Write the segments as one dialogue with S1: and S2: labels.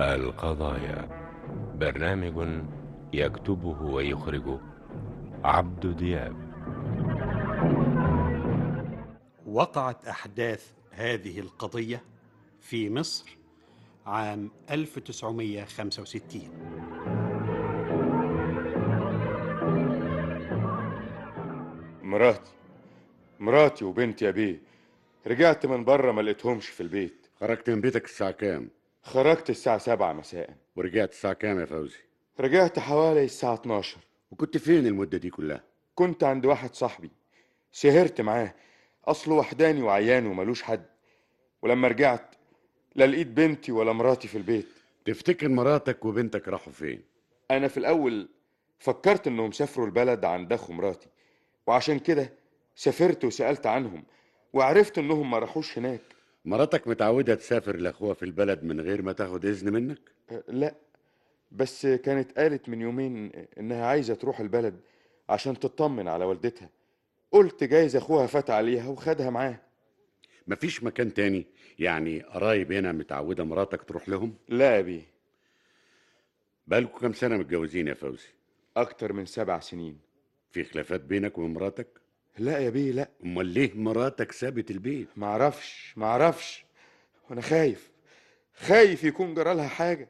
S1: القضايا برنامج يكتبه ويخرجه عبد دياب
S2: وقعت أحداث هذه القضية في مصر عام 1965
S3: مراتي مراتي وبنتي يا بيه رجعت من بره ما لقيتهمش في البيت
S4: خرجت من بيتك الساعة كام؟
S3: خرجت الساعة سبعة مساء
S4: ورجعت الساعة كام يا فوزي؟
S3: رجعت حوالي الساعة 12
S4: وكنت فين المدة دي كلها؟
S3: كنت عند واحد صاحبي سهرت معاه أصله وحداني وعيان وملوش حد ولما رجعت لا لقيت بنتي ولا مراتي في البيت
S4: تفتكر مراتك وبنتك راحوا فين؟
S3: أنا في الأول فكرت إنهم سافروا البلد عند أخو مراتي وعشان كده سافرت وسألت عنهم وعرفت إنهم ما راحوش هناك
S4: مراتك متعودة تسافر لأخوها في البلد من غير ما تاخد إذن منك؟
S3: أه، لا بس كانت قالت من يومين إنها عايزة تروح البلد عشان تطمن على والدتها قلت جايز أخوها فات عليها وخدها معاه
S4: مفيش مكان تاني؟ يعني قرايب هنا متعودة مراتك تروح لهم؟
S3: لا يا بيه
S4: بقالكوا كام سنة متجوزين يا فوزي؟
S3: أكتر من سبع سنين
S4: في خلافات بينك ومراتك؟
S3: لا يا بيه لا
S4: أمال ليه مراتك سابت البيت؟
S3: معرفش معرفش وأنا خايف خايف يكون جرالها حاجة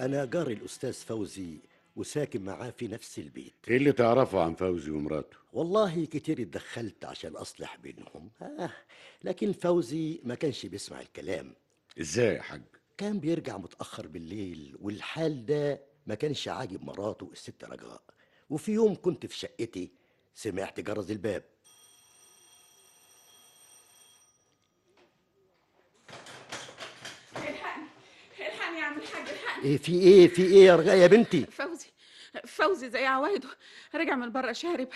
S5: أنا جاري الأستاذ فوزي وساكن معاه في نفس البيت
S4: إيه اللي تعرفه عن فوزي ومراته؟
S5: والله كتير اتدخلت عشان أصلح بينهم آه. لكن فوزي ما كانش بيسمع الكلام
S4: إزاي يا حاج؟
S5: كان بيرجع متأخر بالليل والحال ده ما كانش عاجب مراته الست رجاء وفي يوم كنت في شقتي سمعت جرس الباب
S6: الحقني الحقني يا عم الحاج الحقني
S5: إيه في إيه في إيه يا رجاء يا بنتي
S6: فوزي فوزي زي عوايده رجع من بره شارب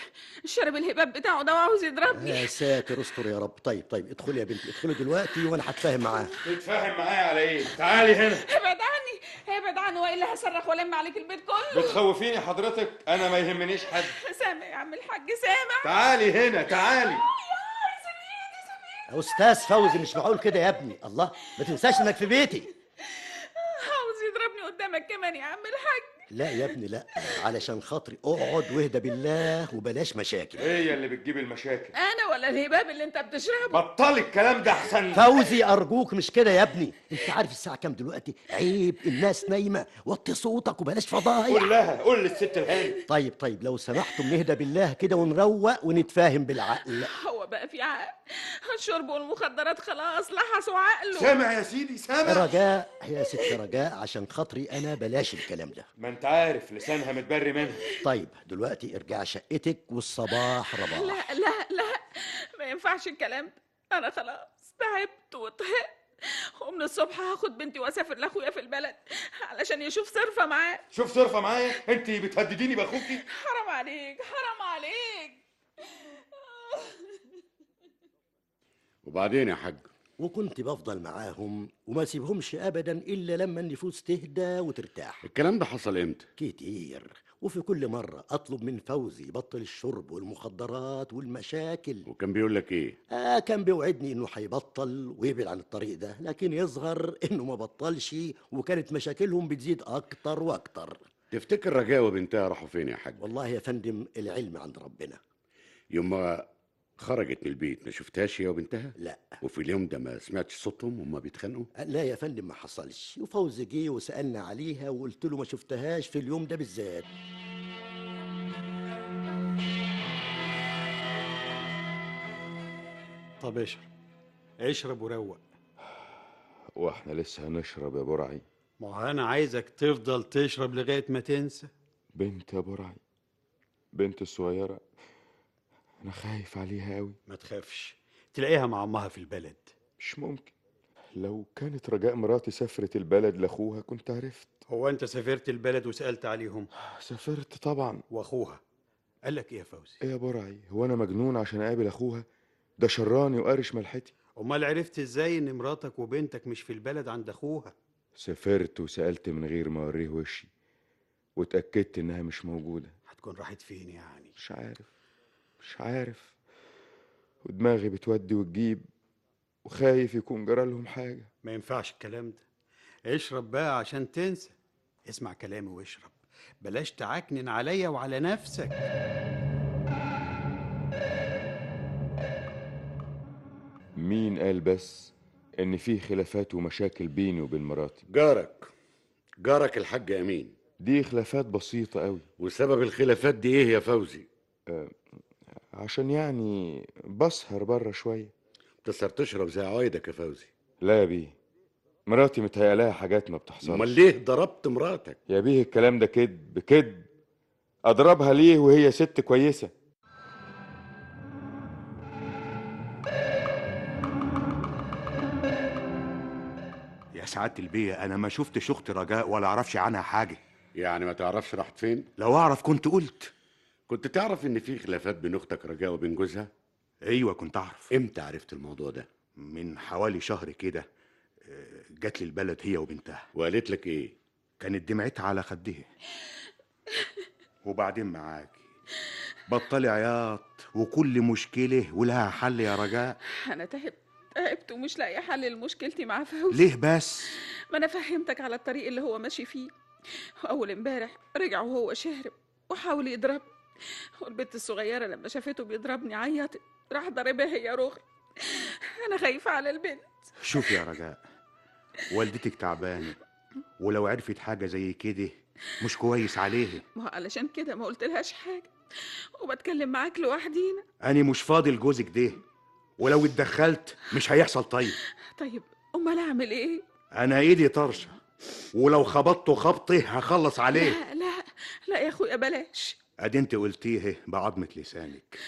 S6: شارب الهباب بتاعه ده وعاوز
S5: يا
S6: يضربني
S5: ساتر استر يا رب طيب طيب ادخلي يا بنتي ادخلي دلوقتي وأنا هتفاهم معاه
S3: تتفاهم معايا على إيه؟ تعالي هنا
S6: ابعد عني ابعد عني والا هصرخ والم عليك البيت كله
S3: بتخوفيني حضرتك انا ما يهمنيش حد
S6: سامع يا عم الحاج سامع
S3: تعالي هنا تعالي
S5: يا أستاذ فوزي مش معقول كده يا ابني الله ما تنساش إنك في بيتي
S6: عاوز يضربني قدامك كمان يا عم الحاج
S5: لا يا ابني لا علشان خاطري اقعد واهدى بالله وبلاش مشاكل
S3: هي اللي بتجيب المشاكل
S6: انا ولا الهباب اللي انت بتشربه
S3: بطلي الكلام ده احسن
S5: فوزي ارجوك مش كده يا ابني انت عارف الساعه كام دلوقتي عيب الناس نايمه وطي صوتك وبلاش
S3: قول
S5: فضايح
S3: لها قول للست الهاني
S5: طيب طيب لو سمحتم نهدى بالله كده ونروق ونتفاهم بالعقل
S6: هو بقى في عقل الشرب والمخدرات خلاص لحسوا عقله
S3: سامع يا سيدي سامع
S5: رجاء يا ست رجاء عشان خاطري انا بلاش الكلام ده
S3: ما انت عارف لسانها متبري منها
S5: طيب دلوقتي ارجع شقتك والصباح رباح
S6: لا لا لا ما ينفعش الكلام ده انا خلاص تعبت وطهقت ومن الصبح هاخد بنتي واسافر لاخويا في البلد علشان يشوف صرفه معاه
S3: شوف صرفه معايا انت بتهدديني باخوكي
S6: حرام عليك حرام عليك
S4: وبعدين يا حاج؟
S5: وكنت بفضل معاهم وما سيبهمش ابدا الا لما النفوس تهدى وترتاح
S4: الكلام ده حصل إمتى؟
S5: كتير وفي كل مرة أطلب من فوزي يبطل الشرب والمخدرات والمشاكل
S4: وكان بيقول لك إيه؟
S5: آه كان بيوعدني إنه هيبطل ويبعد عن الطريق ده لكن يظهر إنه ما بطلش وكانت مشاكلهم بتزيد أكتر وأكتر
S4: تفتكر رجاء وبنتها راحوا فين يا حاج؟
S5: والله يا فندم العلم عند ربنا
S4: يوم ما خرجت من البيت ما شفتهاش هي وبنتها؟
S5: لا
S4: وفي اليوم ده ما سمعتش صوتهم هما بيتخانقوا؟
S5: لا يا فندم ما حصلش وفوزي جه وسألنا عليها وقلت له ما شفتهاش في اليوم ده بالذات
S2: طب اشرب اشرب وروق
S3: واحنا لسه هنشرب يا برعي
S2: ما هو أنا عايزك تفضل تشرب لغاية ما تنسى
S3: بنت يا برعي بنت الصغيره انا خايف عليها قوي
S2: ما تخافش تلاقيها مع أمها في البلد
S3: مش ممكن لو كانت رجاء مراتي سافرت البلد لاخوها كنت عرفت
S2: هو أنت سافرت البلد وسألت عليهم
S3: سافرت طبعا
S2: وأخوها قال لك إيه يا فوزي؟
S3: ايه يا برعي هو انا مجنون عشان اقابل اخوها ده شراني وقارش ملحتي
S2: أمال عرفت إزاي إن مراتك وبنتك مش في البلد عند أخوها؟
S3: سافرت وسألت من غير ما أوريه وشي واتأكدت إنها مش موجودة
S2: هتكون راحت فين يعني؟
S3: مش عارف مش عارف ودماغي بتودي وتجيب وخايف يكون جرى لهم حاجة
S2: ما ينفعش الكلام ده اشرب بقى عشان تنسى اسمع كلامي واشرب بلاش تعكنن عليا وعلى نفسك
S3: مين قال بس إن في خلافات ومشاكل بيني وبين مراتي
S4: جارك جارك الحاج امين
S3: دي خلافات بسيطة أوي
S4: وسبب الخلافات دي ايه يا فوزي
S3: عشان يعني بسهر بره شوية
S4: تسهر تشرب زي عوايدك يا فوزي
S3: لا يا بيه مراتي متهيألها حاجات ما بتحصلش
S4: امال ليه ضربت مراتك
S3: يا بيه الكلام ده كد بكد اضربها ليه وهي ست كويسه
S7: يا سعادة البيه أنا ما شفتش أخت رجاء ولا أعرفش عنها حاجة
S4: يعني ما تعرفش راحت فين
S7: لو أعرف كنت قلت
S4: كنت تعرف ان في خلافات بين اختك رجاء وبين جوزها
S7: أيوة كنت أعرف
S4: امتى عرفت الموضوع ده
S7: من حوالي شهر كده آه، جات لي البلد هي وبنتها
S4: وقالت لك ايه
S7: كانت دمعتها على خدها وبعدين معاكي بطلي عياط وكل مشكلة ولها حل يا رجاء
S6: انا تعبت تعبت ومش لاقي حل لمشكلتي مع فوزي
S7: ليه بس
S6: ما انا فهمتك على الطريق اللي هو ماشي فيه اول امبارح رجع وهو شارب وحاول يضربني والبنت الصغيره لما شافته بيضربني عيطت راح ضربها هي رغي انا خايفه على البنت
S7: شوف يا رجاء والدتك تعبانة ولو عرفت حاجة زي كده مش كويس عليها
S6: ما هو علشان كده ما قلتلهاش حاجه وبتكلم معاك لوحدينا
S7: أنا مش فاضي لجوزك ده ولو اتدخلت مش هيحصل طيب
S6: طيب امال اعمل ايه
S7: أنا إيدي طرشة ولو خبطته خبطه هخلص عليه
S6: لا لا لا يا اخويا بلاش
S7: أدي أنت قلتيه بعظمة لسانك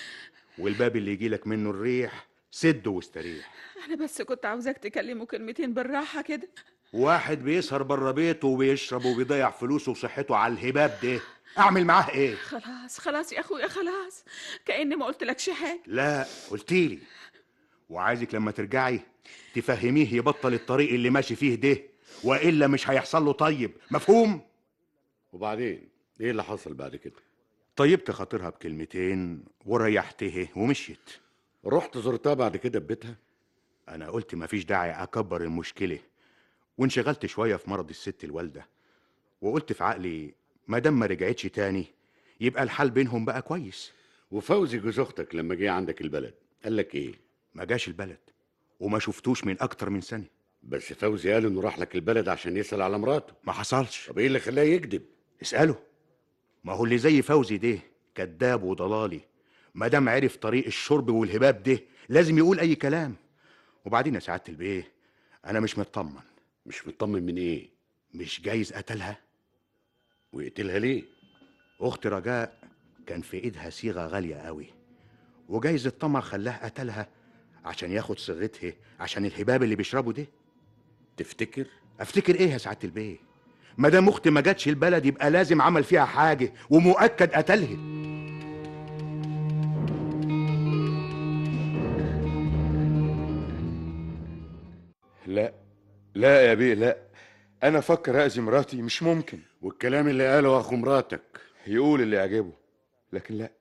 S7: والباب اللي يجيلك منه الريح سده واستريح
S6: انا بس كنت عاوزاك تكلمه كلمتين بالراحه كده
S7: واحد بيسهر بره بيته وبيشرب وبيضيع فلوسه وصحته على الهباب ده أعمل معاه إيه؟
S6: خلاص خلاص يا اخويا خلاص كاني ما قلتلكش حاجه
S7: لا قلتيلي وعايزك لما ترجعي تفهميه يبطل الطريق اللي ماشي فيه ده والا مش هيحصل له طيب مفهوم
S4: وبعدين ايه اللي حصل بعد كده
S7: طيبت خاطرها بكلمتين وريحتها ومشيت
S4: رحت زرتها بعد كده في بيتها
S7: انا قلت مفيش داعي اكبر المشكله وانشغلت شويه في مرض الست الوالده وقلت في عقلي ما دام ما رجعتش تاني يبقى الحال بينهم بقى كويس
S4: وفوزي جوز اختك لما جه عندك البلد قال لك ايه
S7: ما جاش البلد وما شفتوش من اكتر من سنه
S4: بس فوزي قال انه راح لك البلد عشان يسأل على مراته
S7: ما حصلش
S4: طب ايه اللي خلاه يكذب
S7: اسأله ما هو اللي زي فوزي ده كذاب وضلالي ما دام عرف طريق الشرب والهباب ده لازم يقول أي كلام وبعدين يا سعادة البيه أنا مش مطمن
S4: مش مطمن من ايه
S7: مش جايز قتلها
S4: ويقتلها ليه
S7: أخت رجاء كان في إيدها صيغة غالية قوي وجايز الطمع خلاها قتلها عشان ياخد صيغتها عشان الهباب اللي بيشربه ده
S4: تفتكر
S7: افتكر ايه يا سعاده البيه ما دام اختي ما جاتش البلد يبقى لازم عمل فيها حاجه ومؤكد قتلها
S3: لا لا يا بيه لا انا افكر اذي مراتي مش ممكن
S4: والكلام اللي قاله اخو مراتك
S3: يقول اللي يعجبه لكن لا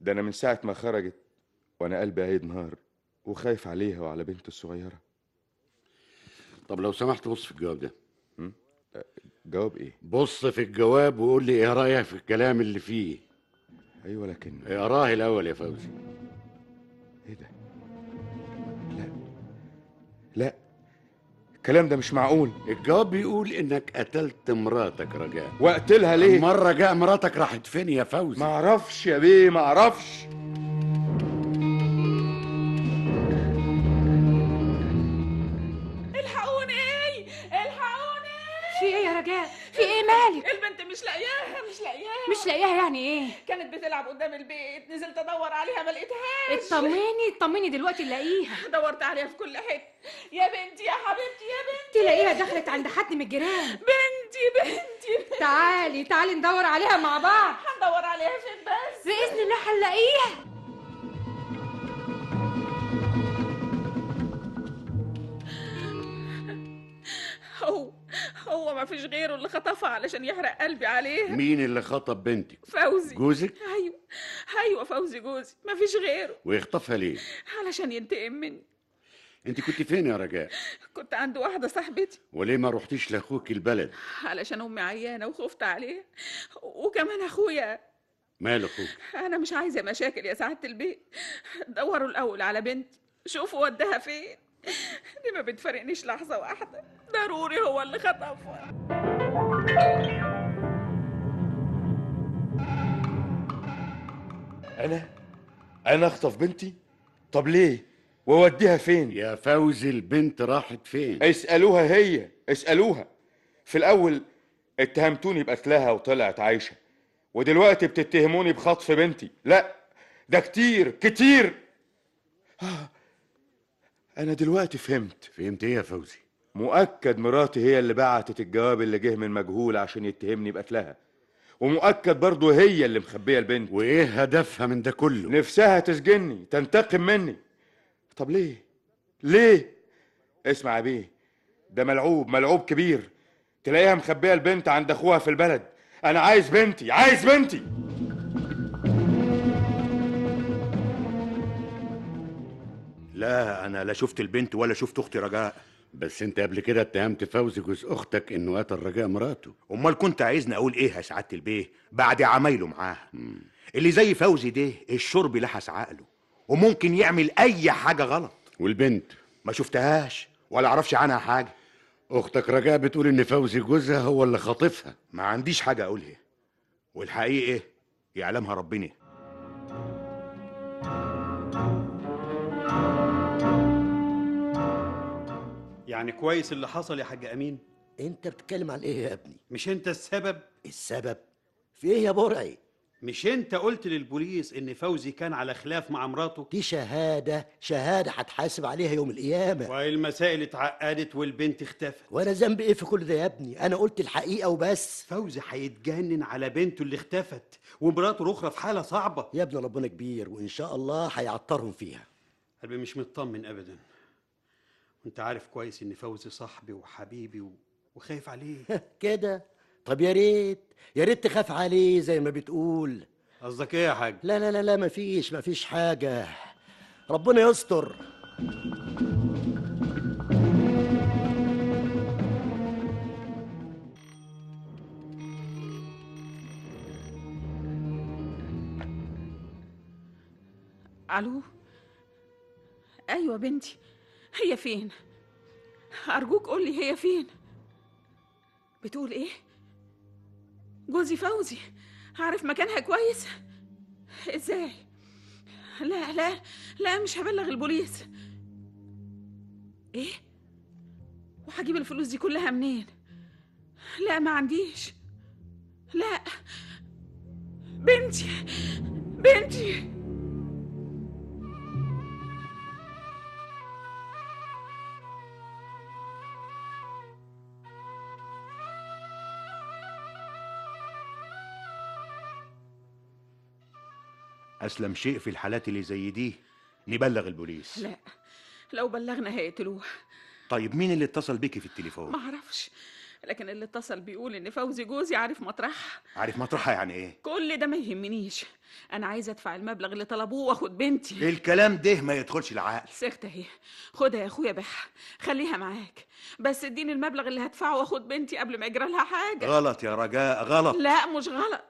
S3: ده انا من ساعه ما خرجت وانا قلبي عيد نهار وخايف عليها وعلى بنته الصغيره
S4: طب لو سمحت بص في الجواب ده
S3: جواب ايه
S4: بص في الجواب وقول لي ايه رايك في الكلام اللي فيه
S3: ايوه لكن
S4: اقراه الاول يا فوزي
S3: ايه ده لا لا الكلام ده مش معقول
S4: الجواب بيقول انك قتلت مراتك رجاء
S3: واقتلها ليه
S4: مرة جاء مراتك راحت فين يا فوزي
S3: ما اعرفش يا بيه ما اعرفش
S6: الحقوني الحقوني
S8: في ايه يا رجاء في ايه مالك
S6: البنت مش لاقياها مش لاقياها
S8: مش لاقياها يعني ايه
S6: كانت بتلعب قدام البيت نزلت ادور عليها ما لقيتهاش
S8: اطمني اطمني دلوقتي نلاقيها
S6: دورت عليها في كل حته يا بنتي يا حبيبتي يا بنتي
S8: تلاقيها دخلت عند حد من الجيران
S6: بنتي بنتي بنتي.
S8: تعالي تعالي ندور عليها مع بعض
S6: هندور عليها فين بس
S8: باذن الله هنلاقيها
S6: هو هو ما فيش غيره اللي خطفها علشان يحرق قلبي عليها
S4: مين اللي خطب بنتك
S6: فوزي
S4: جوزك
S6: ايوه ايوه فوزي جوزي ما فيش غيره
S4: ويخطفها ليه
S6: علشان ينتقم مني
S4: انت كنت فين يا رجاء
S6: كنت عند واحده صاحبتي
S4: وليه ما رحتيش لاخوك البلد
S6: علشان امي عيانه وخفت عليها وكمان اخويا
S4: مال اخوك
S6: انا مش عايزه مشاكل يا سعاده البيت دوروا الاول على بنتي شوفوا وداها فين دي ما بتفارقنيش لحظه واحده ضروري هو اللي خطفها
S3: انا انا اخطف بنتي طب ليه واوديها فين
S4: يا فوزي البنت راحت فين
S3: اسالوها هي اسالوها في الاول اتهمتوني بقتلها وطلعت عايشه ودلوقتي بتتهموني بخطف بنتي لا ده كتير كتير آه، انا دلوقتي فهمت
S4: فهمت ايه يا فوزي
S3: مؤكد مراتي هي اللي بعتت الجواب اللي جه من مجهول عشان يتهمني بقتلها ومؤكد برضه هي اللي مخبيه البنت
S4: وايه هدفها من ده كله
S3: نفسها تسجني تنتقم مني طب ليه ليه اسمع يا بيه ده ملعوب ملعوب كبير تلاقيها مخبيه البنت عند اخوها في البلد انا عايز بنتي عايز بنتي
S7: لا انا لا شفت البنت ولا شفت اختي رجاء
S4: بس انت قبل كده اتهمت فوزي جوز اختك انه قتل رجاء مراته
S7: امال كنت عايزني اقول ايه يا سعاده البيه بعد عمايله معاها اللي زي فوزي ده الشرب لحس عقله وممكن يعمل اي حاجه غلط
S4: والبنت
S7: ما شفتهاش ولا اعرفش عنها حاجه
S4: اختك رجاء بتقول ان فوزي جوزها هو اللي خاطفها
S7: ما عنديش حاجه اقولها والحقيقه إيه؟ يعلمها ربنا
S2: يعني كويس اللي حصل يا حاج امين
S5: انت بتتكلم عن ايه يا ابني
S2: مش انت السبب
S5: السبب في ايه يا برعي
S2: مش انت قلت للبوليس ان فوزي كان على خلاف مع مراته
S5: دي شهاده شهاده هتحاسب عليها يوم القيامه
S2: والمسائل اتعقدت والبنت اختفت
S5: وانا ذنبي ايه في كل ده يا ابني انا قلت الحقيقه وبس
S2: فوزي هيتجنن على بنته اللي اختفت ومراته الاخرى في حاله صعبه
S5: يا ابني ربنا كبير وان شاء الله هيعطرهم فيها
S2: قلبي مش مطمن ابدا وانت عارف كويس ان فوزي صاحبي وحبيبي و... وخايف عليه
S5: كده طب يا ريت يا ريت تخاف عليه زي ما بتقول
S2: قصدك ايه يا حاج
S5: لا لا لا لا مفيش مفيش حاجة ربنا يستر
S6: الو ايوه بنتي هي فين ارجوك قولي هي فين بتقول ايه جوزي فوزي عارف مكانها كويس ازاي لا لا لا مش هبلغ البوليس ايه وهجيب الفلوس دي كلها منين لا ما عنديش لا بنتي بنتي
S7: اسلم شيء في الحالات اللي زي دي نبلغ البوليس
S6: لا لو بلغنا هيقتلوها
S7: طيب مين اللي اتصل بيكي في التليفون
S6: ما اعرفش لكن اللي اتصل بيقول ان فوزي جوزي عارف مطرحها
S7: عارف مطرحها يعني ايه
S6: كل ده ما يهمنيش انا عايزه ادفع المبلغ اللي طلبوه واخد بنتي
S7: الكلام ده ما يدخلش العقل
S6: سكت اهي خدها يا اخويا بح خليها معاك بس اديني المبلغ اللي هدفعه واخد بنتي قبل ما يجرى لها حاجه
S7: غلط يا رجاء غلط
S6: لا مش غلط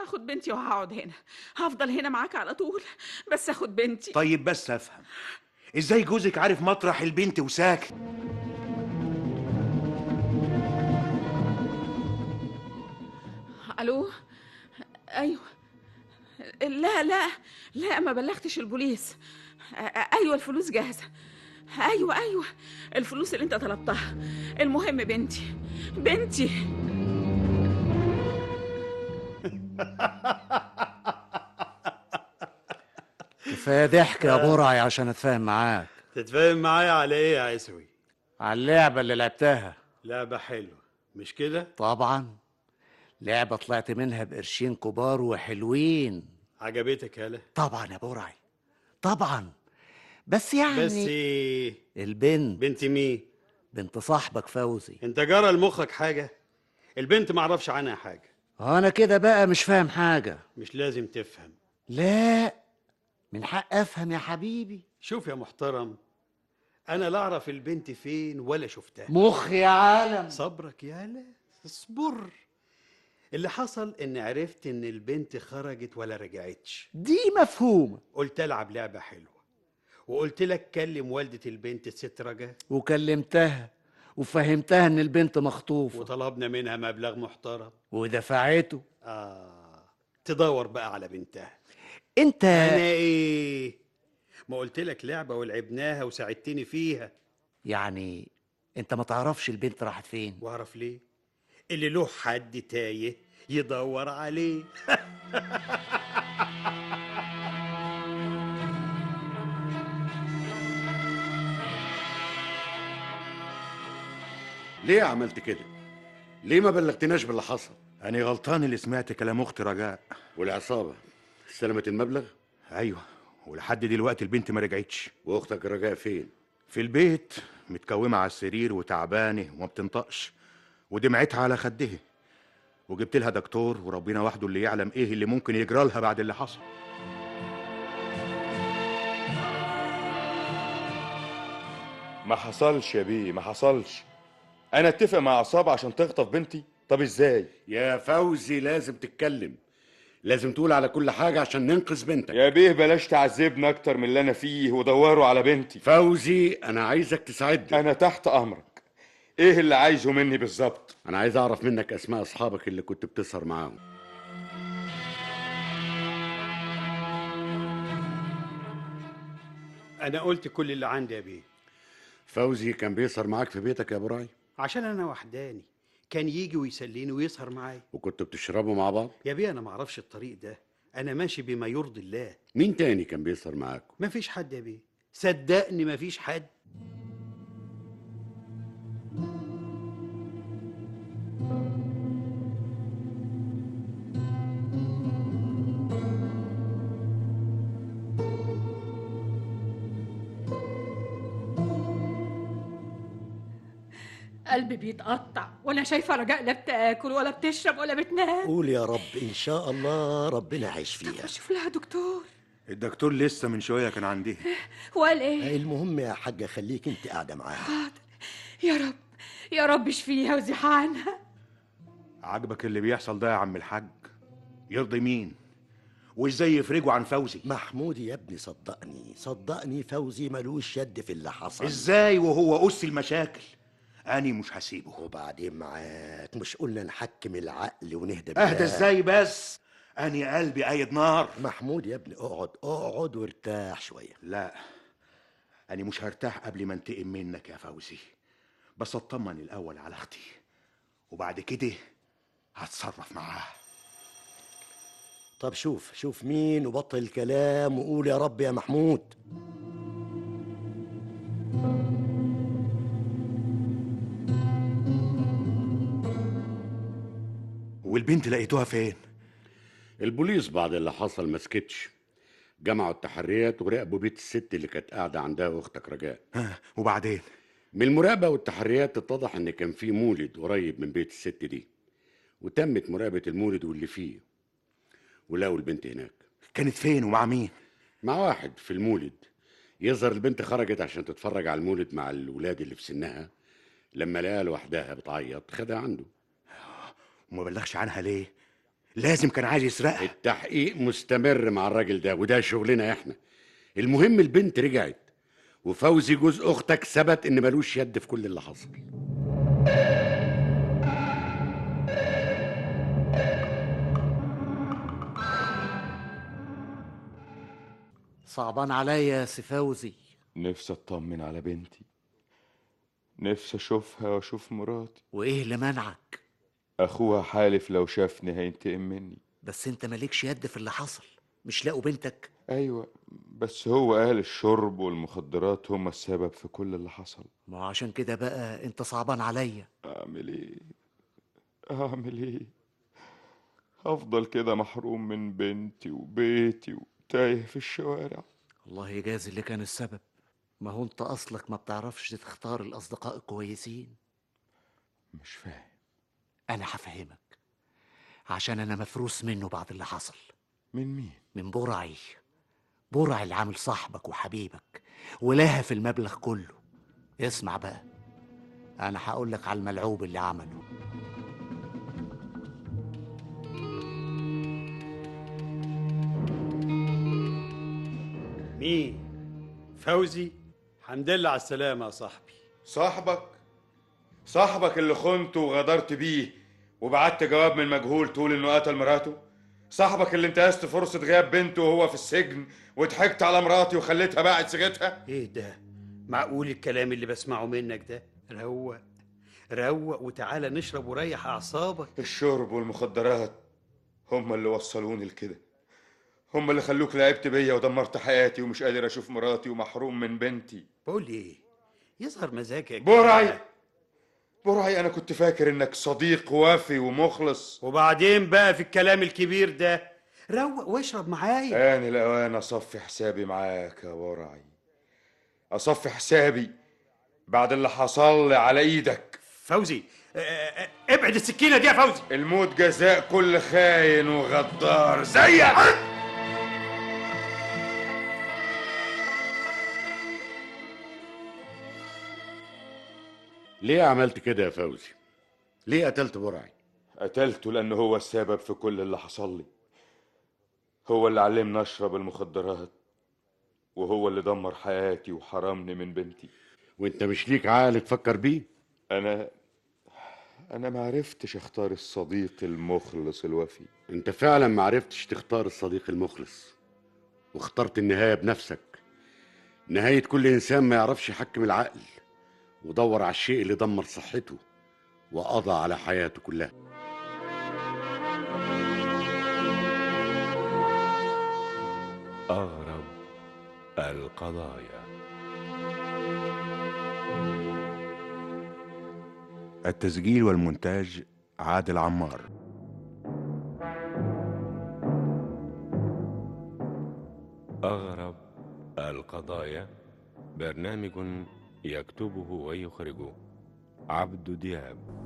S6: هاخد بنتي وهقعد هنا هفضل هنا معاك على طول بس اخد بنتي
S7: طيب بس افهم ازاي جوزك عارف مطرح البنت وساكت
S6: الو ايوه لا لا لا ما بلغتش البوليس أ- أ- ايوه الفلوس جاهزه ايوه ايوه الفلوس اللي انت طلبتها المهم بنتي بنتي
S9: كفايه ضحك يا برعي عشان اتفاهم معاك
S2: تتفاهم معايا على ايه يا عيسوي
S9: على اللعبه اللي لعبتها
S2: لعبه حلوه مش كده
S9: طبعا لعبه طلعت منها بقرشين كبار وحلوين
S2: عجبتك يالا
S9: طبعا يا برعي طبعا بس يعني
S2: بس إيه؟
S9: البنت
S2: بنت مين
S9: بنت صاحبك فوزي
S2: انت جرى لمخك حاجه البنت معرفش عنها حاجه
S9: انا كده بقى مش فاهم حاجه
S2: مش لازم تفهم
S9: لا من حق افهم يا حبيبي
S2: شوف يا محترم انا لا اعرف البنت فين ولا شفتها
S9: مخ يا عالم
S2: صبرك يالا اصبر اللي حصل ان عرفت ان البنت خرجت ولا رجعتش
S9: دي مفهومه
S2: قلت العب لعبه حلوه وقلت لك كلم والده البنت الست رجا
S9: وكلمتها وفهمتها ان البنت مخطوفه
S2: وطلبنا منها مبلغ محترم
S9: ودفعته
S2: اه تدور بقى على بنتها
S9: انت
S5: آه.
S2: انا ايه ما قلت لك لعبه ولعبناها وساعدتني فيها
S9: يعني انت ما تعرفش البنت راحت فين
S2: واعرف ليه اللي له حد تايه يدور عليه
S4: ليه عملت كده ليه ما بلغتناش باللي حصل
S7: أنا غلطان اللي سمعت كلام أختي رجاء
S4: والعصابه استلمت المبلغ
S7: أيوه ولحد دلوقتي البنت ما رجعتش
S4: واختك رجاء فين
S7: في البيت متكومة على السرير وتعبانة وما بتنطقش ودمعتها على خدها وجبت لها دكتور وربنا وحده اللي يعلم ايه اللي ممكن يجرى لها بعد اللي حصل
S3: ما حصلش يا بيه ما حصلش انا اتفق مع عصابه عشان تخطف بنتي طب ازاي
S4: يا فوزي لازم تتكلم لازم تقول على كل حاجه عشان ننقذ بنتك
S3: يا بيه بلاش تعذبنا اكتر من اللي انا فيه ودوروا على بنتي
S4: فوزي انا عايزك تساعدني
S3: انا تحت امرك ايه اللي عايزه مني بالظبط
S4: انا عايز اعرف منك اسماء اصحابك اللي كنت بتسهر معاهم
S2: انا قلت كل اللي عندي يا بيه
S4: فوزي كان بيسهر معاك في بيتك يا براي
S2: عشان انا وحداني كان يجي ويسليني ويسهر معايا
S4: وكنت بتشربوا مع بعض
S2: يا بيه انا ما اعرفش الطريق ده انا ماشي بما يرضي الله
S4: مين تاني كان بيسهر معاكم
S2: ما فيش حد يا بيه صدقني ما فيش حد
S8: قلبي بيتقطع وانا شايفه رجاء لا بتاكل ولا بتشرب ولا بتنام
S5: قول يا رب ان شاء الله ربنا عايش فيها
S8: شوف لها دكتور
S7: الدكتور لسه من شويه كان عندها
S8: هو قال ايه
S5: المهم يا حاجه خليك انت قاعده معاها
S8: حاضر يا رب يا رب اشفيها وزيح عنها
S7: عاجبك اللي بيحصل ده يا عم الحاج يرضي مين وازاي يفرجوا عن فوزي
S5: محمود يا ابني صدقني صدقني فوزي ملوش يد في اللي حصل
S7: ازاي وهو أس المشاكل أنا مش هسيبه
S5: وبعدين معاك مش قلنا نحكم العقل ونهدى
S7: اهدى
S5: بالله؟
S7: ازاي بس أنا قلبي قايد نار
S5: محمود يا ابني اقعد اقعد وارتاح شويه
S7: لا أنا مش هرتاح قبل ما انتقم منك يا فوزي بس اطمن الأول على أختي وبعد كده هتصرف معاها
S5: طب شوف شوف مين وبطل الكلام وقول يا رب يا محمود
S7: والبنت لقيتوها فين؟
S4: البوليس بعد اللي حصل ما سكتش جمعوا التحريات وراقبوا بيت الست اللي كانت قاعده عندها اختك رجاء
S7: ها وبعدين
S4: من المراقبه والتحريات اتضح ان كان في مولد قريب من بيت الست دي وتمت مراقبه المولد واللي فيه ولقوا البنت هناك
S7: كانت فين ومع مين؟
S4: مع واحد في المولد يظهر البنت خرجت عشان تتفرج على المولد مع الولاد اللي في سنها لما لقاها لوحدها بتعيط خدها عنده
S7: وما بلغش عنها ليه؟ لازم كان عايز يسرقها
S4: التحقيق مستمر مع الراجل ده وده شغلنا احنا المهم البنت رجعت وفوزي جوز اختك ثبت ان ملوش يد في كل اللي حصل
S9: صعبان عليا يا سي فوزي
S3: نفسي اطمن على بنتي نفسي اشوفها واشوف مراتي
S9: وايه اللي منعك
S3: اخوها حالف لو شافني هينتقم مني
S9: بس انت مالكش يد في اللي حصل مش لاقوا بنتك
S3: ايوه بس هو قال الشرب والمخدرات هما السبب في كل اللي حصل
S9: ما هو عشان كده بقى انت صعبان عليا
S3: اعمل ايه اعمل ايه افضل كده محروم من بنتي وبيتي وتايه في الشوارع
S9: الله يجازي اللي كان السبب ما هو انت اصلك ما بتعرفش تختار الاصدقاء الكويسين
S3: مش فاهم
S9: انا هفهمك عشان انا مفروس منه بعد اللي حصل
S3: من مين
S9: من برعي برعي اللي عامل صاحبك وحبيبك ولها في المبلغ كله اسمع بقى انا هقولك على الملعوب اللي عمله
S2: مين فوزي حمد لله على السلامه يا صاحبي
S3: صاحبك صاحبك اللي خنته وغدرت بيه وبعت جواب من مجهول تقول انه قتل مراته صاحبك اللي انتهزت فرصة غياب بنته وهو في السجن وضحكت على مراتي وخليتها باعت سيرتها
S2: ايه ده معقول الكلام اللي بسمعه منك ده روق روق وتعالى نشرب وريح اعصابك
S3: الشرب والمخدرات هم اللي وصلوني لكده هم اللي خلوك لعبت بيا ودمرت حياتي ومش قادر اشوف مراتي ومحروم من بنتي
S2: بقول ايه يظهر مزاجك
S3: برعي برعي انا كنت فاكر انك صديق وافي ومخلص
S2: وبعدين بقى في الكلام الكبير ده روق واشرب معايا
S3: آن الأوان أصفي حسابي معاك يا ورعي أصفي حسابي بعد اللي حصل لي على إيدك
S2: فوزي آه، آه، آه، ابعد السكينه دي يا فوزي
S3: الموت جزاء كل خاين وغدار زيك
S4: ليه عملت كده يا فوزي ليه قتلت برعي
S3: قتلته لأنه هو السبب في كل اللي حصل لي هو اللي علمني أشرب المخدرات وهو اللي دمر حياتي وحرمني من بنتي
S4: وانت مش ليك عقل تفكر بيه
S3: أنا أنا ما عرفتش أختار الصديق المخلص الوفي
S4: انت فعلا ما عرفتش تختار الصديق المخلص واخترت النهايه بنفسك نهايه كل انسان ما يعرفش يحكم العقل ودور على الشيء اللي دمر صحته وقضى على حياته كلها
S1: أغرب القضايا
S7: التسجيل والمونتاج عادل عمار
S1: أغرب القضايا برنامج يكتبه ويخرجه عبد دياب